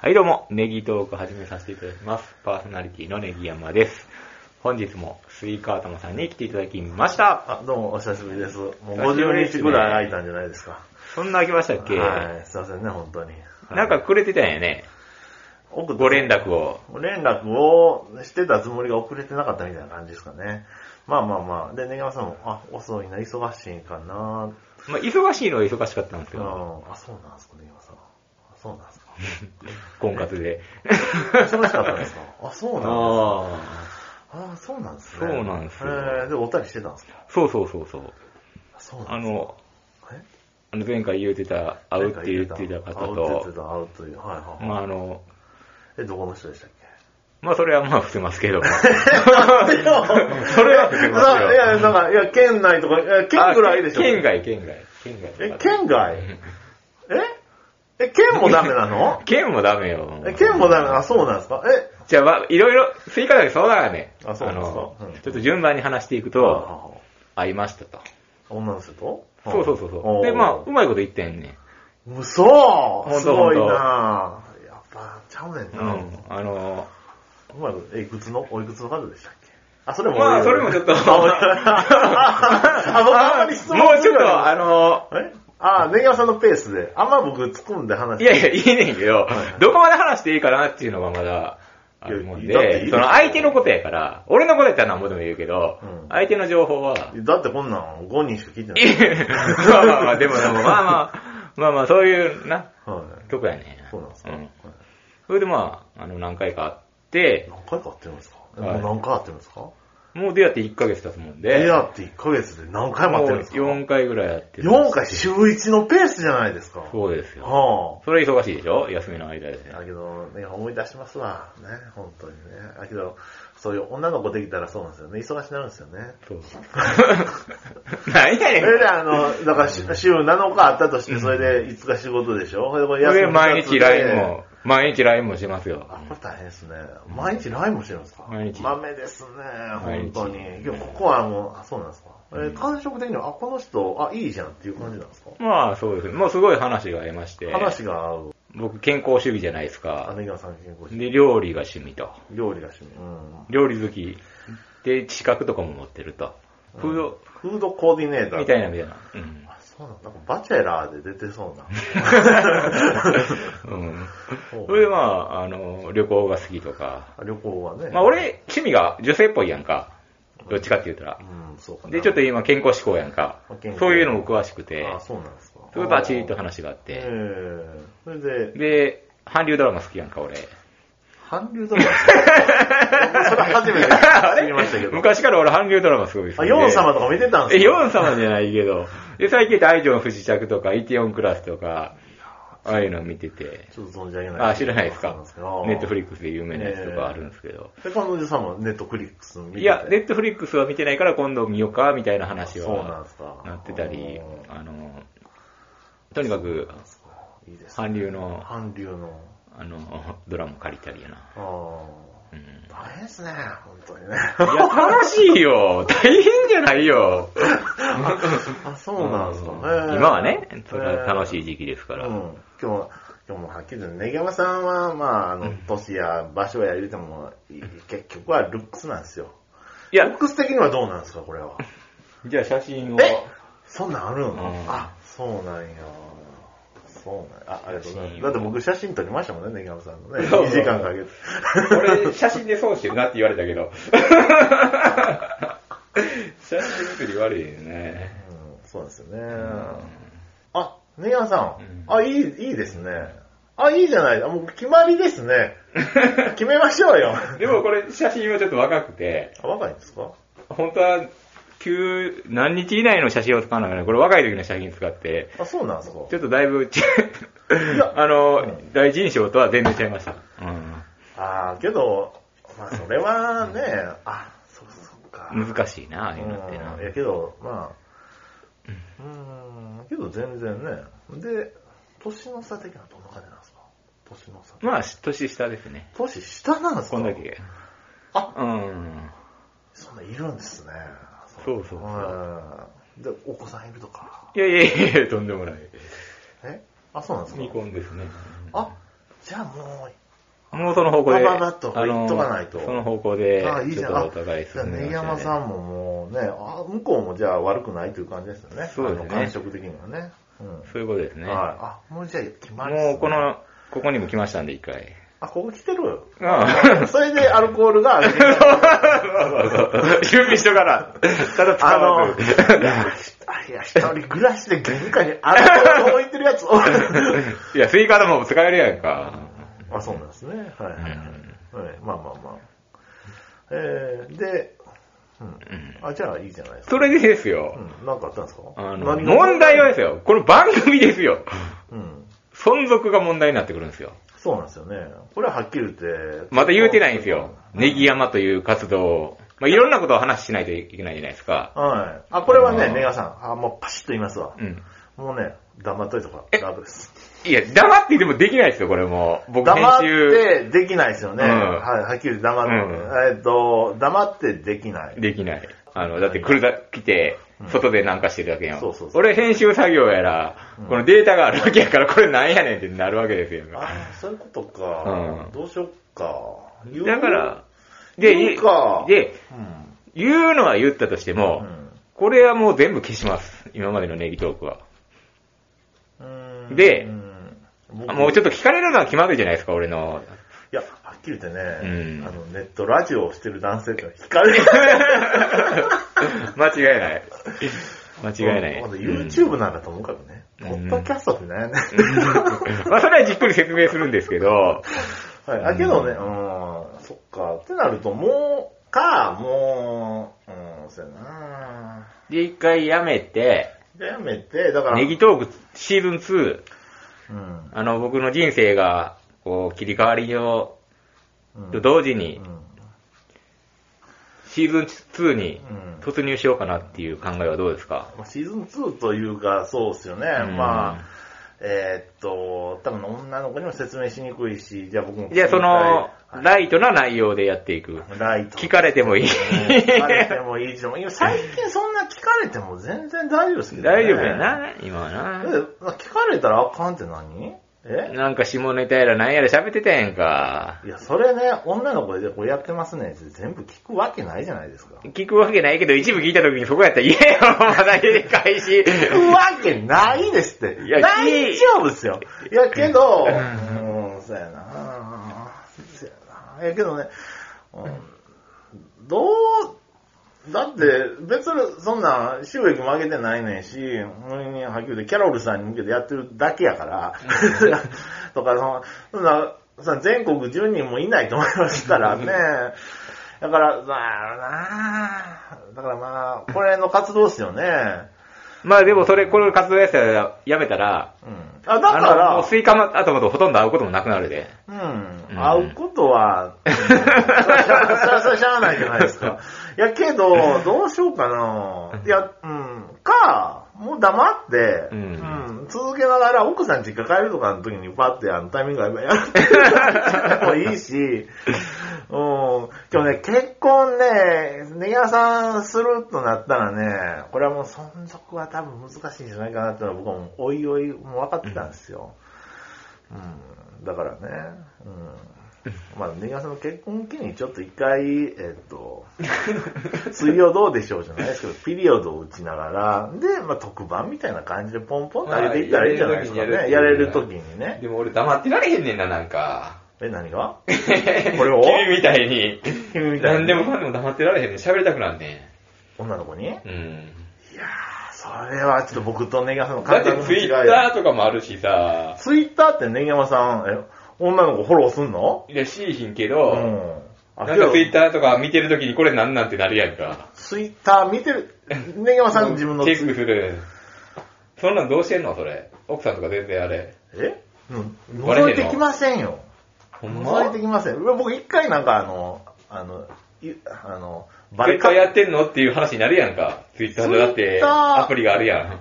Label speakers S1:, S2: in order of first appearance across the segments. S1: はい、どうも、ネギトーク始めさせていただきます。パーソナリティのネギ山です。本日もスイカ頭さんに来ていただきました。
S2: あ、どうも、お久しぶりです。もう
S1: 久しぶりで
S2: 50
S1: す
S2: 日
S1: ね
S2: ぐらい空いたんじゃないですか。
S1: そんな開けましたっけ、
S2: はい、すいませんね、本当に。
S1: なんかくれてたんやね。
S2: 奥
S1: ご連絡を。
S2: ご連絡をしてたつもりが遅れてなかったみたいな感じですかね。まあまあまあ。で、ネギマさんも、あ、遅いな、忙しいんかな。
S1: まあ、忙しいのは忙しかったんです
S2: う
S1: け
S2: ん。
S1: ど、
S2: あ、そうなんですか、ネギマさん。あ、そうなんですか。
S1: 婚活で。
S2: 忙しかったんですか。あ、そうなんです
S1: あ
S2: か。あ、そうなんですね。
S1: そうなんですよ
S2: えー、で、おたりしてたんですか。
S1: あ。そうそうそうそう。
S2: あそうな
S1: あ
S2: んですか。
S1: の、
S2: え
S1: あの前回言うてた、会うって言ってた方
S2: 会うって言っ
S1: と、
S2: てた、会うという。はいはい
S1: ま
S2: はい。
S1: ああの、
S2: え、どこの人でしたっけ
S1: まあそれはまあ伏せます けど、
S2: そ
S1: れは受けますよ
S2: いや、なんか、いや、県内とか、いや県ぐらいでしょ。
S1: あ県。外、県外。県外
S2: え、県外ええ、県もダメなの
S1: 県もダメよ。
S2: え、県もダメな、あ、そうなんですかえ、
S1: じゃあ、まあ、いろいろ、追加だけそうだからね。
S2: あそうなんですか
S1: あの
S2: うん
S1: ちょっと順番に話していく
S2: は
S1: と、
S2: はは
S1: 会いましたと。
S2: 女の人と
S1: そうそうそうそう。で、まあ、うまいこと言ってんね。
S2: あ。うそ
S1: ほんと
S2: すごいなぁやっぱ、ちゃうねん
S1: う
S2: な。
S1: ん。あの、
S2: うまいこと、え、いくつのおいくつの方でしたっけあ、それも俺。
S1: まあ、それもちょっと、
S2: あ、俺あ、僕あんまり質問
S1: もうちょっ
S2: するよ
S1: と、あの、
S2: えあ、ネギワさんのペースで。あんま僕突っ込んで話
S1: いやいや、いいねんけど
S2: はい、
S1: どこまで話していいかなっていうのがまだ、あるもん
S2: いやだっていい
S1: で、
S2: よ
S1: その相手のことやから、俺のことやったら何ぼでも言うけど
S2: うん、
S1: 相手の情報は、
S2: だってこんなん5人しか聞いてないい。
S1: や まあまあまあ、でもでも、まあまあ、まあまあ、そういうな、
S2: はい。
S1: とこやね。
S2: そうなんですか。
S1: う
S2: はい
S1: ん。それでまあ、あの、何回か会って、
S2: 何回か会ってるんですかえ
S1: はい
S2: もう何回会ってるんですか
S1: もう出会って1ヶ月経つもんで、
S2: 出会って1ヶ月で何回も会ってるんですか
S1: もう4回ぐらい会ってる。
S2: 4回週1のペースじゃないですか。
S1: そうですよ。
S2: は
S1: それ忙しいでしょ休みの間です
S2: あ。
S1: ね。
S2: だけど、ね、思い出しますわ。ね、本当にね。だけど、そういう女の子できたらそうなんですよね。忙しくなるんですよね。
S1: そう。 何やね
S2: え
S1: ん。
S2: で、あの、だからし週7日あったとして、それで5日仕事でしょそれでこれ
S1: そ
S2: 休み
S1: れで毎
S2: 二つで
S1: 日 LINE も、毎日 LINE もしますよ。
S2: あ、これ大変ですね。毎日ライブもしてるんですか
S1: 毎日
S2: 豆ですね、
S1: 毎
S2: 本
S1: 日
S2: 当に。今日ここはもう、あ、そうなんですか。えー感触的には、あ、この人、あ、いいじゃんっていう感じなんですか、
S1: まあそうですね。もうすごい話が合いまして、
S2: 話が合う。
S1: 僕健康主義じゃないです
S2: あ、
S1: か。
S2: ネギさん健康して
S1: で、料理が趣味と。
S2: 料理が趣味。うん。
S1: 料理好き。で、資格とかも持ってると。フード、
S2: フードコーディネーター。
S1: みたいなみたいな。うん。
S2: あ、そうなんだ。なんかバチェラーで出て そうな。
S1: うん。
S2: そう
S1: それでまあ、あの、旅行が好きとか。
S2: あ旅行はね。
S1: まあ、俺、趣味が女性っぽいやんか。どっちかって言うたら
S2: う。ん、そうかな。
S1: で、ちょっと今健康志向やんか
S2: あ健。康
S1: そういうのも詳しくて、
S2: あ、そうなんですか。
S1: すごいバチーと
S2: あー。
S1: 話があっ
S2: ええ
S1: て。
S2: それで、
S1: で、韓流ドラマ好きやんか、俺。
S2: 韓流ドラマ 僕それ初めて知りましたけど。
S1: 昔から俺韓流ドラマすごい好き
S2: あ、
S1: で。
S2: ヨン様とか見てたん
S1: え、
S2: ですか
S1: ヨン様じゃないけど。で、最近言って愛情の不時着とか、イテオンクラスとか、ああいうの見てて。
S2: ちょっと存じ上げない。
S1: あ、知らないですか。ネットフリ
S2: ッ
S1: ックスで有名なやつとかあるんですけど。
S2: クス。で、彼女さんもネットフリックス見てて
S1: いや、ネットフリックスは見てないから今度見ようか、みたいな話
S2: そうなん
S1: は
S2: ですか。
S1: なってたり
S2: うん、
S1: あの、とにかく、
S2: いいですね。
S1: 韓流の、
S2: 韓流の。
S1: あの、ドラマ借りたりやな。
S2: ああ。
S1: うん。い
S2: 大変ですね、本当にね。
S1: や、楽しいよ大変じゃないよ
S2: あ、そうなんですかね。
S1: 今はね、それは楽
S2: い。
S1: しい時期ですか
S2: う
S1: ら。
S2: ん。今日は、今日もはっきり言って、ネギ山さんは、まあ、あの、年や場所や言うても、い結局はルックスなんですよ。
S1: い
S2: ル
S1: や
S2: ッ、クス的にはどうなんですか、これは。
S1: じゃあ写真を。
S2: えそんなんあるの、
S1: ん
S2: あ、そうなんや。そうなんや。あ、ありがとうござ
S1: 写
S2: います。
S1: 真
S2: だって僕写真撮りましたもんね、ネギ山さんのね。
S1: そう
S2: 2時間かけて。
S1: 俺、写真で損してるなって言われたけど。 写真作り悪いよね。
S2: うん、そうですよね。あ、ネギ山さん。あ、いい、いいですね。あ、いいじゃない。あもう決まりで すね。決めましょうよ。
S1: でもこれ、写真はちょっと若くて、
S2: あ若いんですか
S1: 本当は、旧、何日以内の写真を使うのかな。これ若い時の写真使って、
S2: あ、そうなんですか
S1: ちょっとだいぶち、あ
S2: う
S1: の、
S2: ん
S1: 第一印象とは全然違いました。うん
S2: あーけど、まあそれはね、あ、そうそうか。
S1: 難しいな、ああいうのってな
S2: うんい。やけど、まあ、うーん、けど全然ね。で、年の差的などんな感じなんですか年の差。
S1: まあ、年下ですね。
S2: 年下なんですか
S1: こんだけ。
S2: あ、
S1: うん。
S2: そんないるんですね。
S1: そうそうそう
S2: うんで、お子さんいるとか。
S1: いやいやいや、とんでもない。
S2: えあ、そうなんです
S1: 未
S2: か
S1: 婚ですね。
S2: あ、じゃあもう、
S1: もうその方向で。
S2: パパパッと言っとかないと
S1: あのその方向で、
S2: ああ、いいじ
S1: ちょ
S2: ゃ
S1: っ
S2: ん。
S1: と
S2: あ
S1: お互い
S2: じゃあ、
S1: 進んで
S2: ネギ
S1: ま
S2: 山
S1: し
S2: さ
S1: たね。
S2: んももうね、あ向こうもじゃあ悪くないという感じですよね。
S1: そうですね
S2: あの感触的にはね。うん。
S1: そういうことですね。
S2: はい。あ、もうじゃあ決まりっすね
S1: もうこ、の、ここにも来ましたんで、一回。
S2: あ、ここ来てる。
S1: あ あ
S2: それでアルコールが、 あ
S1: 準備しと から。ただ使わ
S2: の、
S1: ず
S2: いやいや、一人暮らしで玄関にアルコール置いてるやつ。
S1: いや、スイカでも使えるやんか。
S2: あ、そうなんですね。はいはいはい。はい、まあまあまあ。えー、で、うん。あ、じゃあいいじゃないですか。
S1: それでですよ。
S2: うん。なんかあったんですか
S1: あの、
S2: 何が
S1: 問題はですよ。この番組ですよ。
S2: うん。
S1: 存続が問題になってくるんですよ。
S2: そうなんですよね。これははっきり言って。
S1: また言うてないんですよ。ネギ山という活動を。まあ、いろんなことを話しないといけないじゃないですか。
S2: はい。あ、これは
S1: あ
S2: ね、
S1: ー
S2: ネガさん。あ、もうパシッと言いますわ
S1: う。ん。
S2: もうね、黙っといた方
S1: え
S2: が楽です。
S1: いや、黙っていてもできないですよ、これもう。僕編
S2: 黙っ
S1: 集
S2: てできないですよね。
S1: う
S2: は
S1: ん
S2: い、はっきり言って黙って。えっと、黙ってできない。
S1: できない。あの、だって来るだ、来て
S2: うん、
S1: 外でなんかしてるだけやん。
S2: そうそうそう
S1: 俺編集作業やら
S2: うん、
S1: このデータがあるわけやから、これなんやねんってなるわけですよ。
S2: あー、そういうことか。
S1: うん
S2: どうしよっか。言う
S1: だか、ら、で、
S2: 言うか
S1: で、
S2: うん。
S1: 言うのは言ったとして
S2: う
S1: も、
S2: ん
S1: これはもう全部消します。今までのネギトークは。
S2: うん
S1: で
S2: うん
S1: あもうちょ
S2: っと。
S1: っと聞かれるのは気まずいじゃないですか、俺 の。
S2: いや、はっきり言ってね、
S1: うん
S2: あの、ネットラジオをしてる男性って惹かれる。
S1: 間違いない。 間違いない。
S2: まだ
S1: うん
S2: YouTube なんだと思うからね。
S1: うん
S2: ポッドキャストってね。
S1: まあ、それはじっくり説明するんですけど、
S2: はい。だけどね、うん、そっか。ってなると、もう、か、もう、うん、そうやな
S1: で、一回やめて、
S2: でやめて、だから、
S1: ネギトークシーズン2、
S2: うん。
S1: あの、僕の人生が、こう、切り替わりを、
S2: うん
S1: と同時
S2: う
S1: に
S2: ん、。
S1: シーズン2に
S2: うん
S1: 突入しようかなっていう考えはどうですか
S2: まあシーズン2というか、そうですよね。
S1: うん
S2: まあ、えーっと、多分女の子にも説明しにくいし、じゃあ僕も。
S1: じゃあ、その、
S2: はい
S1: ライトな内容でやっていく。
S2: ライト。
S1: 聞かれてもいい。
S2: 聞かれてもいいし、今最近そんな聞かれても全然大丈夫ですけど、ね。
S1: 大丈夫や。 な、今はな
S2: え。、聞かれたらあかんって何え
S1: なんか下ネタやらなんやら喋ってたやんか。
S2: いや、それね、女の子でこうやってますねって全部聞くわけないじゃないですか。
S1: 聞くわけないけど、一部聞いた時にそこやったら言えよ、まだ入れ返 し。
S2: 聞くわけないですって。
S1: いや
S2: 大丈夫ですよ。いや、けど、
S1: う
S2: う
S1: ん
S2: ーん、そうやなそうやな。いや、けどね、うん、どう、だって別にそんな収益も上げてないねんし、うんはっきり言ってキャロルさんに向けてやってるだけやから、 とかその、そんな、その全国10人もいないと思いますからね。だから、まあ、なあだからまあ、これの活動ですよね。
S1: まあでもそれ、これ活動やったらやめたら、
S2: うん。あ、だか
S1: あの、もう
S2: ら、
S1: スイカの後もほとんど会うこともなくなるで。
S2: う、
S1: うんん
S2: 会うことは、うん、それはそれはしゃあないじゃないで すか。いや、けど、どうしようかな。いや、うん、か、もう黙って、う
S1: うんん、
S2: 続けながら奥さん実家帰るとかの時にパッてあのタイミングがやって もいいし、うん、今日ね、結婚ね、ネギ屋さんするとなったらね、これはもう存続は多分難しいんじゃないかなっていうのは僕はもうおいおいもう分かってたんですよ。うんだからね、うん。 まあ、ネガさんの結婚を機にちょっと一回、えっと、 水曜どうでしょうじゃないですけど、ピリオドを打ちながら、で、まあ特番みたいな感じでポンポンと上げていったらいいんじゃないですかね。
S1: まあ
S2: や
S1: や
S2: れ
S1: れ
S2: る
S1: る
S2: 時
S1: 時
S2: にね。
S1: でも俺黙ってられへんねんな、なんか。
S2: え、何が
S1: こ
S2: れ を
S1: 君みたいに。
S2: 君みたいに
S1: 何でもかんでも黙ってられへんねん。喋りたくなんね
S2: 女の子にいや
S1: ん。うん。
S2: ー、それはちょっと僕とネガさんの
S1: だっ
S2: 感覚
S1: て
S2: の
S1: ツイ
S2: 違い
S1: ッターとかもあるしさ、
S2: ツイッターってネギ山さん、え、女の子フォローすんの
S1: いや、しいひんけ
S2: う
S1: ど、
S2: ん。あ
S1: なんかツイッ
S2: ター。
S1: ターとか見てるときにこれなんなんてなるやんか。
S2: ツイッター見てる、ネギ山さん自分の
S1: チ
S2: ツイ
S1: ェックする。そんなんどうしてんのそれ。奥さんとか全然あれ。
S2: えうん
S1: バレへんの
S2: 覗いてきませんよ。
S1: ほんま
S2: 覗いてきません。僕一回なんかあの、あの、いあの、バレ
S1: 絶
S2: カ
S1: 対やってんのっていう話になるやんか。ツイッターでだっ
S2: ツイッ
S1: て
S2: ター
S1: アプリがあるやん。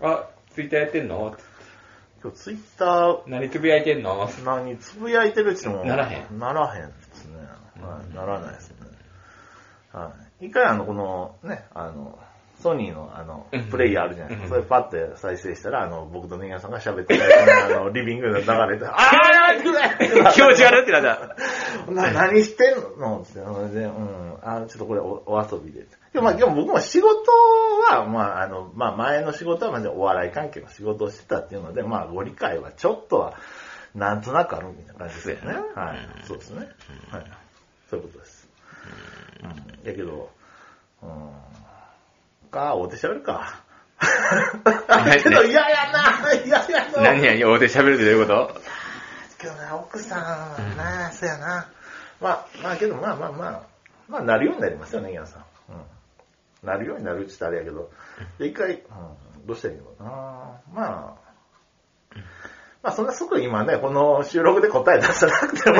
S2: うん。
S1: あ、ツイッターやってんの
S2: 今日ツイッタ
S1: 何つぶやいてんの
S2: ー何つぶやいてる人も。
S1: ならへ。
S2: ならへんですね。はい、ならないですね。はい。一回あの、この、ね、あの、ソニーのあの
S1: うん、
S2: プレイヤーあるじゃないですか。
S1: うん
S2: それパッて再生したら、あの、僕とネギさんが喋ってた、あの、リビングで流 れて、あーやめてくれ
S1: 気持ち悪いってなった。
S2: な何してんのって、それで、うん、あちょっとこれおお遊びで。でもまあ、でも僕も仕事は、まあ、あの、まあ、前の仕事は、まあ、お笑い関係の仕事をしてたっていうので、まあ、ご理解はちょっとは、なんとなくあるみたいな感じですよね。
S1: そうやな
S2: は
S1: うん
S2: い。そうですね。はい。そういうことです。うん。やけど、うん。か、大手喋るか。 けど、嫌やな嫌やな
S1: 何や、大手喋るってどういうこと
S2: けどな、奥さん、なあ、そうやな。まあ、まあけど、まあまあまあ、まあなるようになりますよね、ギャンさん。うん。なるようになるって言ったらあれやけど、で一回、うん、どうしたらいいのかな。まあ、まあそんなすぐ今ね、この収録で答え出さなくても、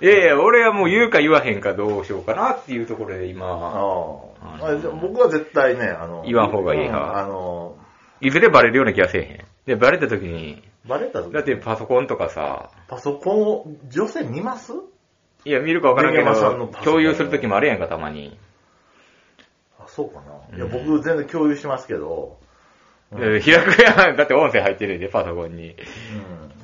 S1: いやいや、俺はもう言うか言わへんかどうしようかなっていうところで今、
S2: あのあじゃあ僕は絶対ね、あの、
S1: 言わん方がいい
S2: うん
S1: 派
S2: あの、
S1: いずれバレるような気がせえへん。で、バレた時に、
S2: バレた時
S1: だってパソコンとかさ、
S2: パソコンを女性見ます
S1: いや、見るかわからんけ
S2: メガネマさんの
S1: ど
S2: パソコ、ン
S1: 共有する時もあるやんか、たまに。
S2: あ、そうかな。いや、
S1: うん
S2: 僕全然共有しますけど、うん
S1: えー開くやん。だって音声入ってるで、パソコンに。
S2: うん。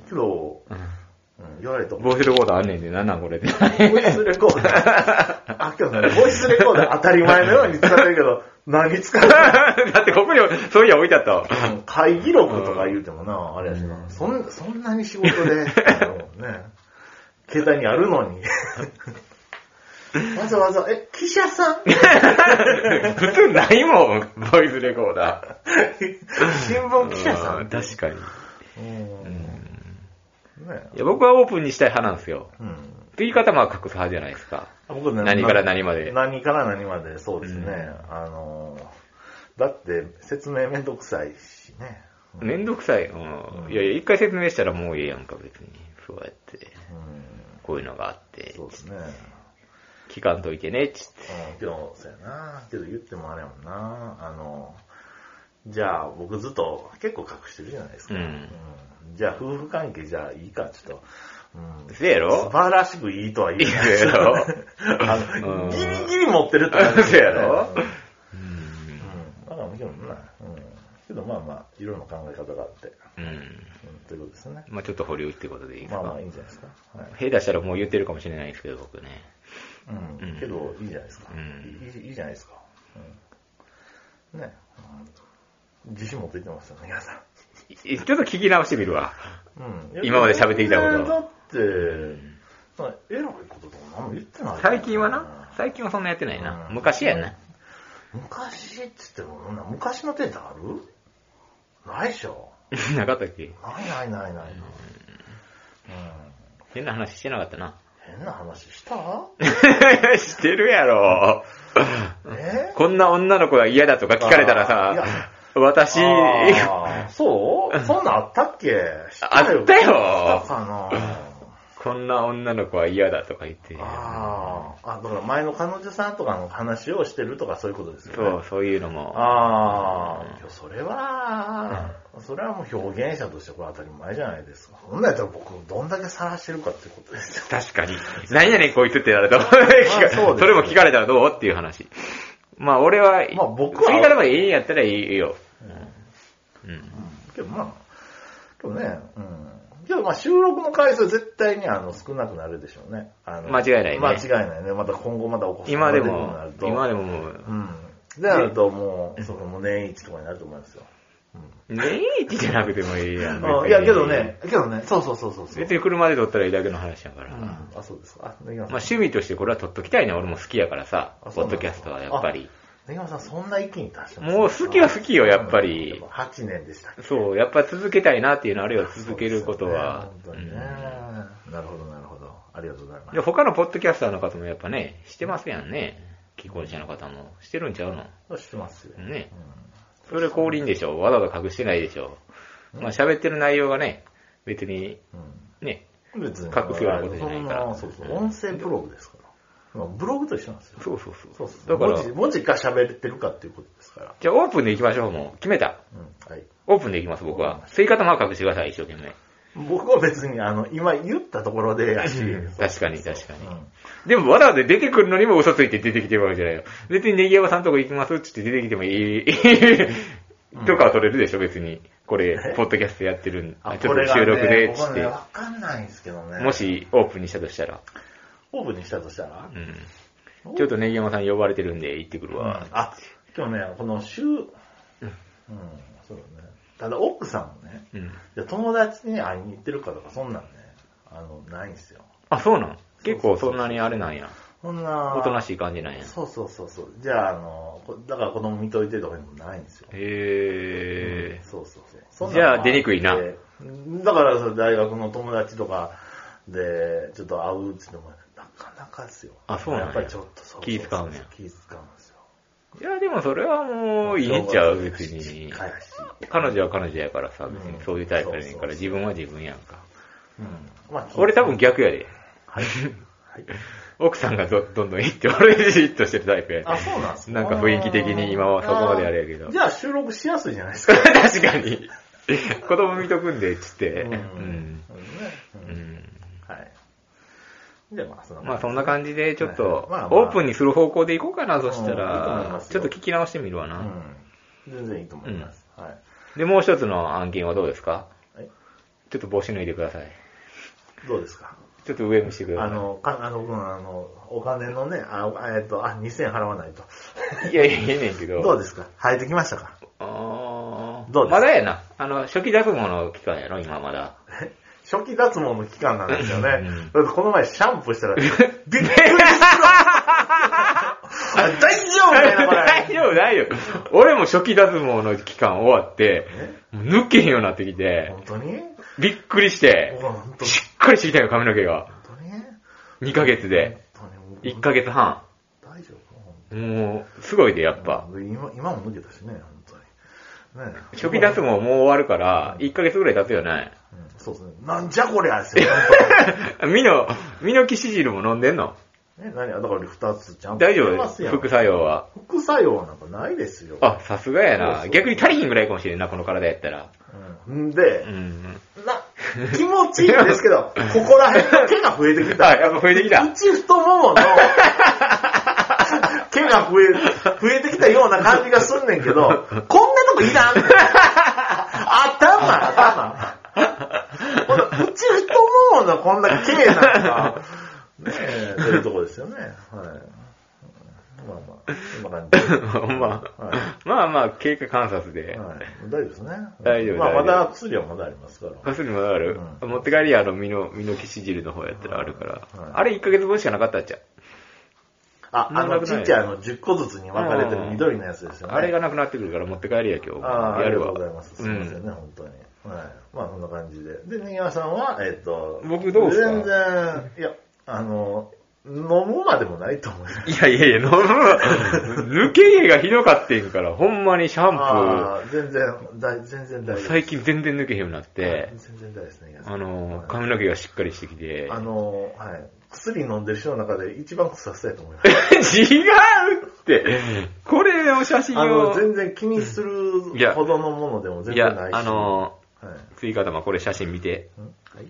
S2: けど、うん、言われた。
S1: ボイスレコーダーあんねんで、なんなんこれって。
S2: ボイスレコーダー。あ、けどね、ボイスレコーダー当たり前のように使ってるけど、何使う の
S1: だってここに、そういや置いてあったわ。
S2: うん会議録とか言うてもな、あれやしな。そんそんなに仕事 で、あのね、携帯にあるの に。わざわざ、え、記者さん
S1: 普通ないもん、 ボイスレコーダ
S2: 新
S1: ー。
S2: 聞記者さ
S1: うんん確かに。
S2: うんね
S1: いや、僕はオープンにしたい派なんですよ。
S2: うん
S1: 言い方も隠す派じゃないですか。
S2: 僕ね
S1: 何から何まで
S2: 何から何まで、そうですね。
S1: うん
S2: あの、だって説明めんどくさいしね。うん
S1: めんどくさい。うんいやいや、一回説明したらもうええやんか、別に。そうやって。
S2: うん
S1: こういうのがあって。
S2: そうですね。
S1: 聞かんといてね、ちって。
S2: うん、けど、そうやな。けど言ってもあれやもんな。あの、じゃあ僕ずっと結構隠してるじゃないですか。
S1: うん
S2: んじゃあ夫婦関係じゃあいいか、ちょっと。うん
S1: せや
S2: 素
S1: ろ
S2: 晴らしくいいとは言えないけ
S1: いい
S2: ど
S1: やろ
S2: あの
S1: うん
S2: ギリギリ持ってるって感じだよね
S1: そうやろ
S2: うん
S1: うん
S2: うん。まあ、もちろんな。うん。けど、まあまあ、いろんな考え方があって、
S1: うん。
S2: うん、ということですね。
S1: まあちょっと保留ってことでいいです
S2: ま
S1: か。
S2: あまあ、いいんじゃないですか。はい。
S1: 下手したらもう言ってるかもしれないですけど、僕ね。
S2: うん。けど、いいじゃないですか。
S1: うん
S2: いいいいじゃないですか。うん。ね。うん自信持っていってますよね、皆さん。
S1: いちょっと聞き直してみるわ。
S2: うん。
S1: 今まで喋ってきたこと
S2: だって、その偉いこととか何も言ってない。
S1: 最近はな、最近はそんなやってないな。
S2: うん
S1: 昔やな。
S2: 昔っつっても、そんな昔のデータあるないでしょ。
S1: なかったっけ
S2: ないないないない。うん。
S1: 変な話してなかった な。
S2: 変な話した
S1: してるやろ。
S2: え
S1: こんな女の子が嫌だとか聞かれたらさ、私、
S2: あーそうそんなんあったっけ
S1: あったよ
S2: あったか
S1: こんな女の子は嫌だとか言って
S2: な。ああ。あ、だから前の彼女さんとかの話をしてるとかそういうことですよね。
S1: そう、そういうのも。
S2: ああ。いやそれは、それはもう表現者としてこれ当たり前じゃないですか。そんなんやったら僕、どんだけ晒してるかっていうことですよ。
S1: 確かに。何やねんこいつってやると。
S2: そうですよ
S1: それも聞かれたらどうっていう話。まあ俺は、
S2: まあ僕は
S1: 次からばいいんやったらいいよ。うん。
S2: けどまあ、けどね、うん。けどまあ収録の回数絶対にあの少なくなるでしょうね。あの
S1: 間違いないね
S2: 間違いないね。また今後またお子さん
S1: 今
S2: が出
S1: で
S2: てくるようにな
S1: も
S2: る、と。
S1: 今でももう、
S2: うん。で、あるともう、そこもう年一とかになると思いますよ。
S1: 年一じゃなくてもいいやん。
S2: あいや、けどね、けどね、そうそうそうそうそう。
S1: 別に車で撮ったらいいだけの話やか
S2: う
S1: ら。
S2: ん
S1: ま
S2: あ、そうですか。あ、ネギ
S1: あ
S2: マさん。
S1: 趣味としてこれは撮っときたいね。俺も好きやからさ。
S2: あ
S1: ポ
S2: そう
S1: ッ
S2: なんだ
S1: ドキャストはやっぱり。
S2: ネギマさん、そんな一気に達してます
S1: もう好きは好きよやっぱり
S2: 8年でしたっけ
S1: そう、やっぱ続けたいなっていうのあるよ。続けることは。
S2: そうですよね本当にね。なるほど、なるほど。ありがとうございま。
S1: うんです他のポッドキャスターの方もやっぱね、してますやんね。既婚者の方も。してるんちゃうの
S2: 知ってますよ。
S1: ね
S2: う。ん
S1: それ降臨でしょ。わざわざ隠してないでしょ。まあ喋ってる内容がね、別に、ね、
S2: うん。別に。
S1: 隠すようなことじゃないから
S2: そんそうそう。音声ブログですから。まあブログと一緒なんですよ。
S1: そうそう
S2: そ
S1: そうう。
S2: そう。
S1: だか
S2: 文字、
S1: ら、
S2: 文字か喋ってるかっていうことですから。
S1: じゃあオープンで行きましょう、もう。決めた。
S2: うん。はい。
S1: オープンで行きます、僕は。吸い方も隠してください、一生懸命。
S2: 僕は別に、あの、今言ったところでやし、
S1: 確かに確かに
S2: うん
S1: でも、わざわざ出てくるのにも嘘ついて出てきてるわけじゃないよ。別にネギ山さんとこ行きますって言って出てきてもいい。許可は取れるでしょ、別に。これ
S2: え、
S1: ポッドキャストやってるん
S2: あ、
S1: ちょ
S2: こ
S1: っと
S2: れが
S1: 収
S2: ね、
S1: 録で、つ
S2: 僕
S1: っ
S2: ね、
S1: て。
S2: わかんないんですけどね。
S1: も、しオープンにしたとしたら。
S2: オーブンにしたとしたら
S1: う、ん。ちょっとネギ山さん呼ばれてるんで行ってくる
S2: うん
S1: わ。
S2: あ、今日ね、この週、うん、そうだね。ただ奥さんもね、
S1: うん。
S2: いや友達に会いに行ってるかとか、そんなんね、あの、ないんですよ。
S1: あ、そうなん結構そんなにあれなんや。
S2: そんな、
S1: おとなしい感じなんや。
S2: そうそうそうそう。じゃあ、あの、こだから子供見といてとかにもないんですよ。
S1: へえ。
S2: そうそうそう。
S1: じゃあ出にくいな
S2: うんだからその大学の友達とかで、ちょっと会うって言っても、なかなかですよ。
S1: あそうなんや
S2: やっぱりちょっとそうそうそう
S1: 気使うね
S2: 気使うんですよ。
S1: いや、でもそれはもういいんちゃう、別に。
S2: 近いし
S1: 彼女は彼女やからさ、別
S2: う
S1: に
S2: ん
S1: そういうタイプやねんから、
S2: そうそうそう
S1: 自分は自分やんか。
S2: うん。まあ
S1: 俺多分、逆やで。
S2: はい。 はい。
S1: 奥さんがどどんどんいいって、俺じっとしてるタイプや
S2: あ、そうなんです
S1: なんか雰囲気的に今はそこまであれやけど
S2: あーじゃあ収録しやすいじゃないですか。
S1: 確かに。子供見とくんで、つって。
S2: うん
S1: うん。
S2: そうねうん
S1: うん
S2: はい。じゃあまあ、その
S1: まあそんな感じで、ちょっと
S2: まあま、あ
S1: オープンにする方向でいこうかな、そした
S2: うんいいと思いま
S1: ら、
S2: す
S1: ちょ
S2: よ
S1: っと聞き直してみるわ
S2: う
S1: な。
S2: ん。全然いいと思います。はい。
S1: で、もう一つの案件はどうですか
S2: はい
S1: ちょっと帽子脱いでください。
S2: どうですか
S1: ちょっと上見してくだ
S2: あ
S1: さ
S2: の、かあの、うんあの、お金のね、あ、あえっと、あ、2000円払わないと。
S1: い。いやいや、いいねんけど。
S2: どうですか生えてきましたか
S1: あー
S2: どうです
S1: まだやな。あの、初期脱毛の期間やろ、今ま だ。
S2: 初期脱毛の期間なんですよね。
S1: うん
S2: だってこの前シャンプー したら、びっくりしたあ大丈夫だよ、こ
S1: 大
S2: れ。
S1: 丈夫、大丈夫。俺も初期脱毛の期間終わって、もう抜けへんようになってきて、
S2: 本当に
S1: びっくりして、
S2: 僕は本当
S1: しっかりしてきたよ、髪の毛が。
S2: 本当に
S1: 2ヶ月で、
S2: 本当に
S1: 1ヶ月半。
S2: 大丈夫本
S1: もう、すごいで、やっぱ。
S2: 当に今今も抜けたしね、本当に。ねえ
S1: 初期脱毛もう終わるから、1ヶ月ぐらい経つよね。
S2: うんそうですね。なんじゃこりゃですよ、本
S1: ミノ、ミノキシジルも飲んでんの
S2: 当に。ね、何だから二つちゃんと
S1: 大丈
S2: 出
S1: 夫
S2: ますやん
S1: 副作用は。
S2: 副作用なんかないですよ。
S1: あ、さすがや
S2: そうそ
S1: な。
S2: う
S1: 逆に足りひんぐらいかもしれんな、この体やったら。
S2: うん、で
S1: う、ん。
S2: な、気持ちいいんです けど、ここら辺の毛が増えてき
S1: あ、
S2: た。
S1: やっぱ増えてき た。
S2: 内太も もの毛が増え、増えてきたような感じがすんねんけど、こんなとこいらんねん。頭、頭。この内太もものこんな毛なんか、ねえ、というとこですよね。はい。まあまあ、そんな 感じで。
S1: ほんま。
S2: はい
S1: まあまあ、経過観察で。
S2: はい、大丈夫ですね。
S1: 大丈夫
S2: まあ、
S1: 大丈夫
S2: まだ薬はまだありますから。
S1: かすりもある、
S2: う
S1: 持って帰り、あの、身の、身のキシ汁の方やったらあるから。
S2: はい
S1: あれ1ヶ月分しかなかったっちゃ。
S2: あ、あ
S1: な
S2: の、
S1: く
S2: ち
S1: ない
S2: っちゃいあの、10個ずつに分かれてる緑のやつですよね。
S1: あれがなくなってくるから持って帰りや、今日。
S2: あーあ
S1: や
S2: りが
S1: る
S2: と
S1: わ。
S2: うございます。すいませんね、本当に。はい。まあ、そんな感じで。で、ネギワさんは、えっと、
S1: 僕どうですか
S2: 全然、いや、あの、飲むまでもないと思います。
S1: いやいやいや、飲む。抜け毛がひどかってんから、ほんまにシャンプ
S2: あー全然、だ全然大
S1: ー、
S2: 丈夫。
S1: 最近全然抜けへんようになって
S2: 全、然大丈夫ですね、
S1: あのー、
S2: はい
S1: 髪の毛がしっかりしてきて。
S2: あの、はい。薬飲んでる人の中で一番臭そうやと思いま す。
S1: 違うってこれの写真
S2: あの、
S1: を。
S2: 全然気にする
S1: いや
S2: ほどのものでも全
S1: い
S2: 然
S1: や
S2: ないし。、
S1: あの
S2: はい、
S1: ー、追加玉、これ写真見て。
S2: うんはい。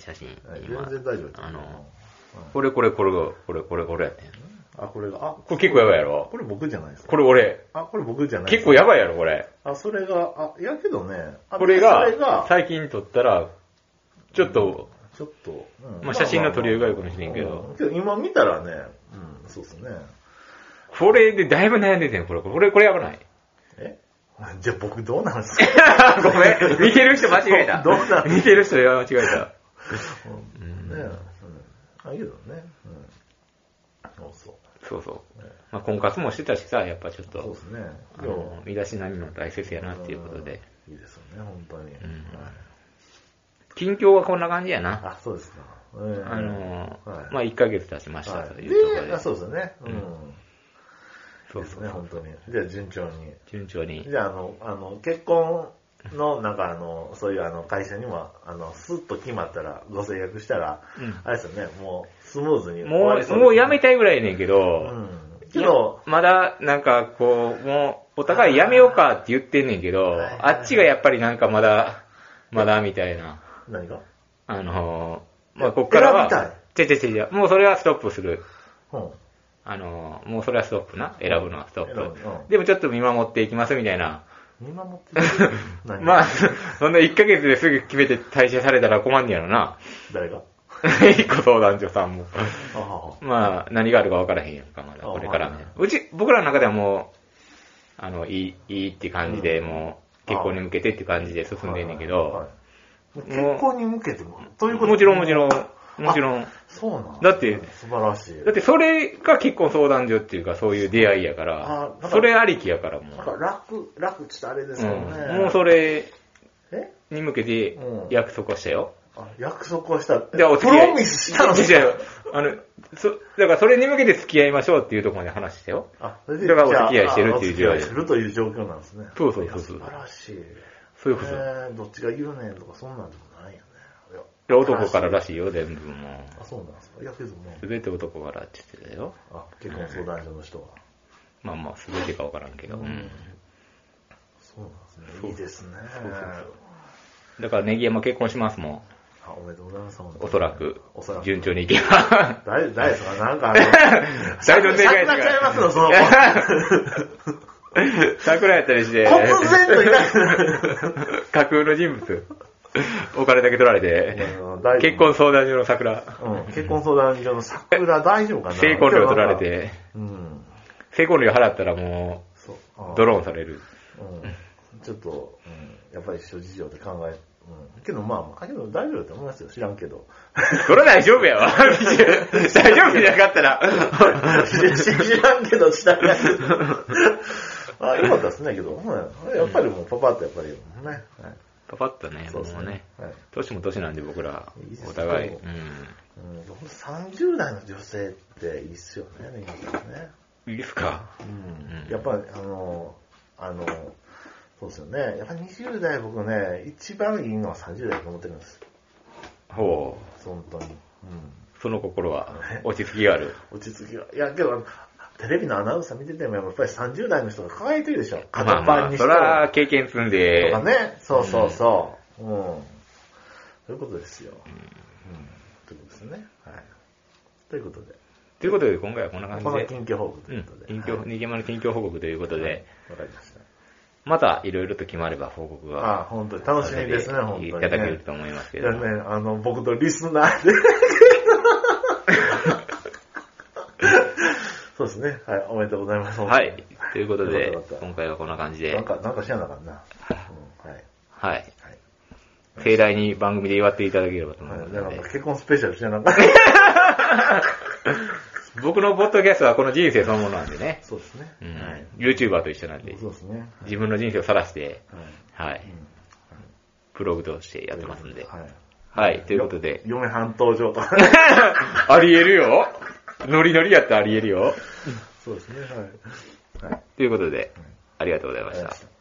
S1: 写真
S2: はい。全
S1: 今
S2: 然大丈夫です。
S1: あの
S2: うん
S1: ー、これこれこれ、これこれこれやねん。
S2: あ、これが、あ、
S1: これ結構やばいやろ
S2: これ僕じゃないですか。
S1: これ俺、
S2: あ、これ僕じゃないです
S1: 結構やばいやろ、これ。
S2: あ、それが、あ、いやけどね、あ
S1: これが
S2: それ、が、
S1: 最近撮ったら、ちょっと、
S2: ちょっと、うん
S1: まあ写真の撮りようがあるかもしれんけど
S2: うけど今見たらね、うん、そうですね。
S1: これでだいぶ悩んでてん、これ、これ、これやば ない。
S2: えじゃあ僕どうなん ですか
S1: ごめん、見てる人間違えた。
S2: どうだ
S1: 見てる人間違えた。
S2: うん
S1: ん
S2: ねうん。あ、いいけどね。うん。そうそう。
S1: そうそう。まあ、婚活もしてたしさ、やっぱちょっ
S2: そう
S1: と
S2: で、すね。
S1: あの身だしなみも大切やなっていうことで。
S2: うん。いいですよね、本当に。
S1: ん
S2: はい
S1: 近況はこんな感じやな。
S2: あ、そうですか。あ
S1: あのー
S2: はい
S1: まあ、1ヶ月経ちました
S2: はい
S1: と
S2: で
S1: いうところで。
S2: あそうですよね。うん。
S1: そ
S2: そうう
S1: そ
S2: です
S1: う
S2: ね、本当に。じゃあ順調に。
S1: 順調に。
S2: じゃあ、あの、あの、結婚の、なんかあの、そういうあの、会社にも、あの、スッと決まったら、ご制約したら、
S1: うん
S2: あれですよね、もう、スムーズに終
S1: も
S2: わり
S1: う、
S2: そうですね。
S1: もうやめたいぐらいやねんけ
S2: う
S1: ど、
S2: ん。けど、
S1: まだ、なんか、こう、もう、お互いやめようかって言ってんねんけど、
S2: はいはい
S1: あっちがやっぱりなんかまだ、まだみたいな。
S2: 何が
S1: あのー、まあ、こっからは、
S2: 選
S1: ちゃちゃちゃちゃ、もうそれはストップする。
S2: うん。
S1: あのー、もうそれはストップな。選ぶのはストッ
S2: 選
S1: プ。
S2: ぶうん
S1: でもちょっと見守っていきますみたいな。
S2: 見守っ てる何
S1: ま
S2: が
S1: あ、そんな1ヶ月ですぐ決めて退社されたら困んねやろな。
S2: 誰が
S1: 一個相談所さんも。
S2: あは
S1: まあ、何があるか分からへんやんか、まだ、
S2: あ
S1: これから
S2: はいはいう
S1: ち、僕らの中ではもう、あの、いい、いいって感じで、もう、
S2: あ
S1: 結婚に向けてって感じで進んでんねんけ
S2: は
S1: ど、
S2: い結婚に向けても、ということ
S1: もちろんもちろん、もちろん、
S2: そうなん
S1: だって
S2: 素晴らしい。
S1: だってそれが結婚相談所っていうか、そういう出会いやから
S2: あだか、ら
S1: それありきやからも
S2: なんか
S1: う、
S2: 楽、楽ちょっとあれです
S1: う
S2: よ
S1: ん
S2: ね。
S1: もうそれ
S2: え
S1: に向けて
S2: うん
S1: 約束はしたよ。
S2: あ約束をした。
S1: で、お
S2: プロミスしたの
S1: 違う違うあの、そ、だからそれに向けて付き合いましょうっていうところまで話したよ。
S2: あ、それ
S1: だからお
S2: じゃあ
S1: 付き合いしてるっていう
S2: あお付き合
S1: 状況
S2: いしてるという状況なんですね。
S1: そうそうそうそう
S2: いや素晴らしい。
S1: そういうこと。
S2: えーどっちが言うねんとかそんなんでもないよね。いや
S1: で男かららしいよ、全部もう。
S2: あ、そうなんですか。いや、けども、
S1: すべて男からって言ってたよ。
S2: あ、結婚相談所の人は。
S1: まあまあ、すべてかわからんけど。うん。
S2: そうなんです
S1: そう
S2: ね。いいですね。
S1: そうそうだからネギ山結婚しますも
S2: あ、おめでとうございます。
S1: ん。おそらく
S2: おそら。く。
S1: 順調にいけ ば。、
S2: 大大ですかなんかあの
S1: 大丈夫
S2: なくなっちゃいますよ、そ の子。
S1: 桜やったりして。
S2: 突然とい なくなる。
S1: 架空の人物。お金だけ取られて。結婚。相談所の桜。
S2: うん、結婚相談所の桜大丈夫かな
S1: 成婚料取られ。て。
S2: うん。
S1: 成婚料払ったらも
S2: そう
S1: う、。
S2: あ
S1: ドローンされる。
S2: うん。ちょっと、うん、やっぱり諸事情で考え、うん。けどまあまあ、けど大丈夫だと思いますよ。知らん けど。
S1: それは大丈夫 やわ。大丈夫じゃなかったら。
S2: 知らんけど、 知らんけど。あ、よかったですね、けど。うんやっぱりもうパパってやっぱりね。はい。
S1: パパッとね、
S2: そうです
S1: もうね。
S2: はい。
S1: 年も年なんで僕ら
S2: いいです、ね
S1: お互い。。
S2: そううんうん、30代の女性っていいっすよね、ネギさんね。
S1: いいですか
S2: うん、やっぱりあの、あの、そうですよね。やっぱり20代僕ね、一番いいのは30代だと思ってるんです。
S1: ほ
S2: 本当に。
S1: う。その心は、落ち着きがある。
S2: うん。落ち着きが。いや、けど、あのテレビのアナウンサー見ててもやっぱり30代の人が輝いてるでしょ。
S1: まあ
S2: 肩
S1: ま
S2: パ
S1: あ
S2: ンにし
S1: そ
S2: ても。
S1: ら、経験積んで
S2: と、かね。そうそうそう。うん。そういうことですよ。うん。ということですね。はい。ということで。
S1: ということで今回はこんな感じ
S2: この
S1: で、
S2: 近況報告と
S1: う
S2: い
S1: ん
S2: うこと、で。
S1: 近況、
S2: はい
S1: 逃げ間の近況報告ということで、
S2: わかりました。
S1: またいろいろと決まれば報告が、
S2: ああ、本当に楽しみですね、本当に、
S1: い
S2: ね。
S1: ただけると思いますけ
S2: い
S1: ど
S2: や
S1: も、
S2: ね、あの、僕とリス ナーで。そうですね。はい、おめでとうございます。
S1: はい。ということ
S2: よ
S1: で
S2: かったよ、かっ
S1: 今回はこんな感じ
S2: た
S1: で
S2: なん、か、なんか知らなあかんな。うん、はい。
S1: はい。
S2: はい。
S1: 盛大に番組で祝っていただければと思いま
S2: はい、
S1: す
S2: な
S1: の
S2: んか
S1: で、
S2: 結婚スペシャル知らなかった。
S1: 僕のポッドキャストはこの人生 そのものなんでね、
S2: そうですね。
S1: うん
S2: はい。
S1: YouTuber と一緒なんで、
S2: そうですね。
S1: 自分の人生を晒して、
S2: はい。
S1: はい。ブログとしてやってますんで。
S2: はい。
S1: はい。ということで。
S2: 嫁半登 場とか。
S1: ありえるよ。ノリノリやってありえるよ。
S2: そうですね。はい。はい。
S1: ということで、ありがとうございま
S2: あり
S1: し
S2: がとうござい
S1: た
S2: まし。た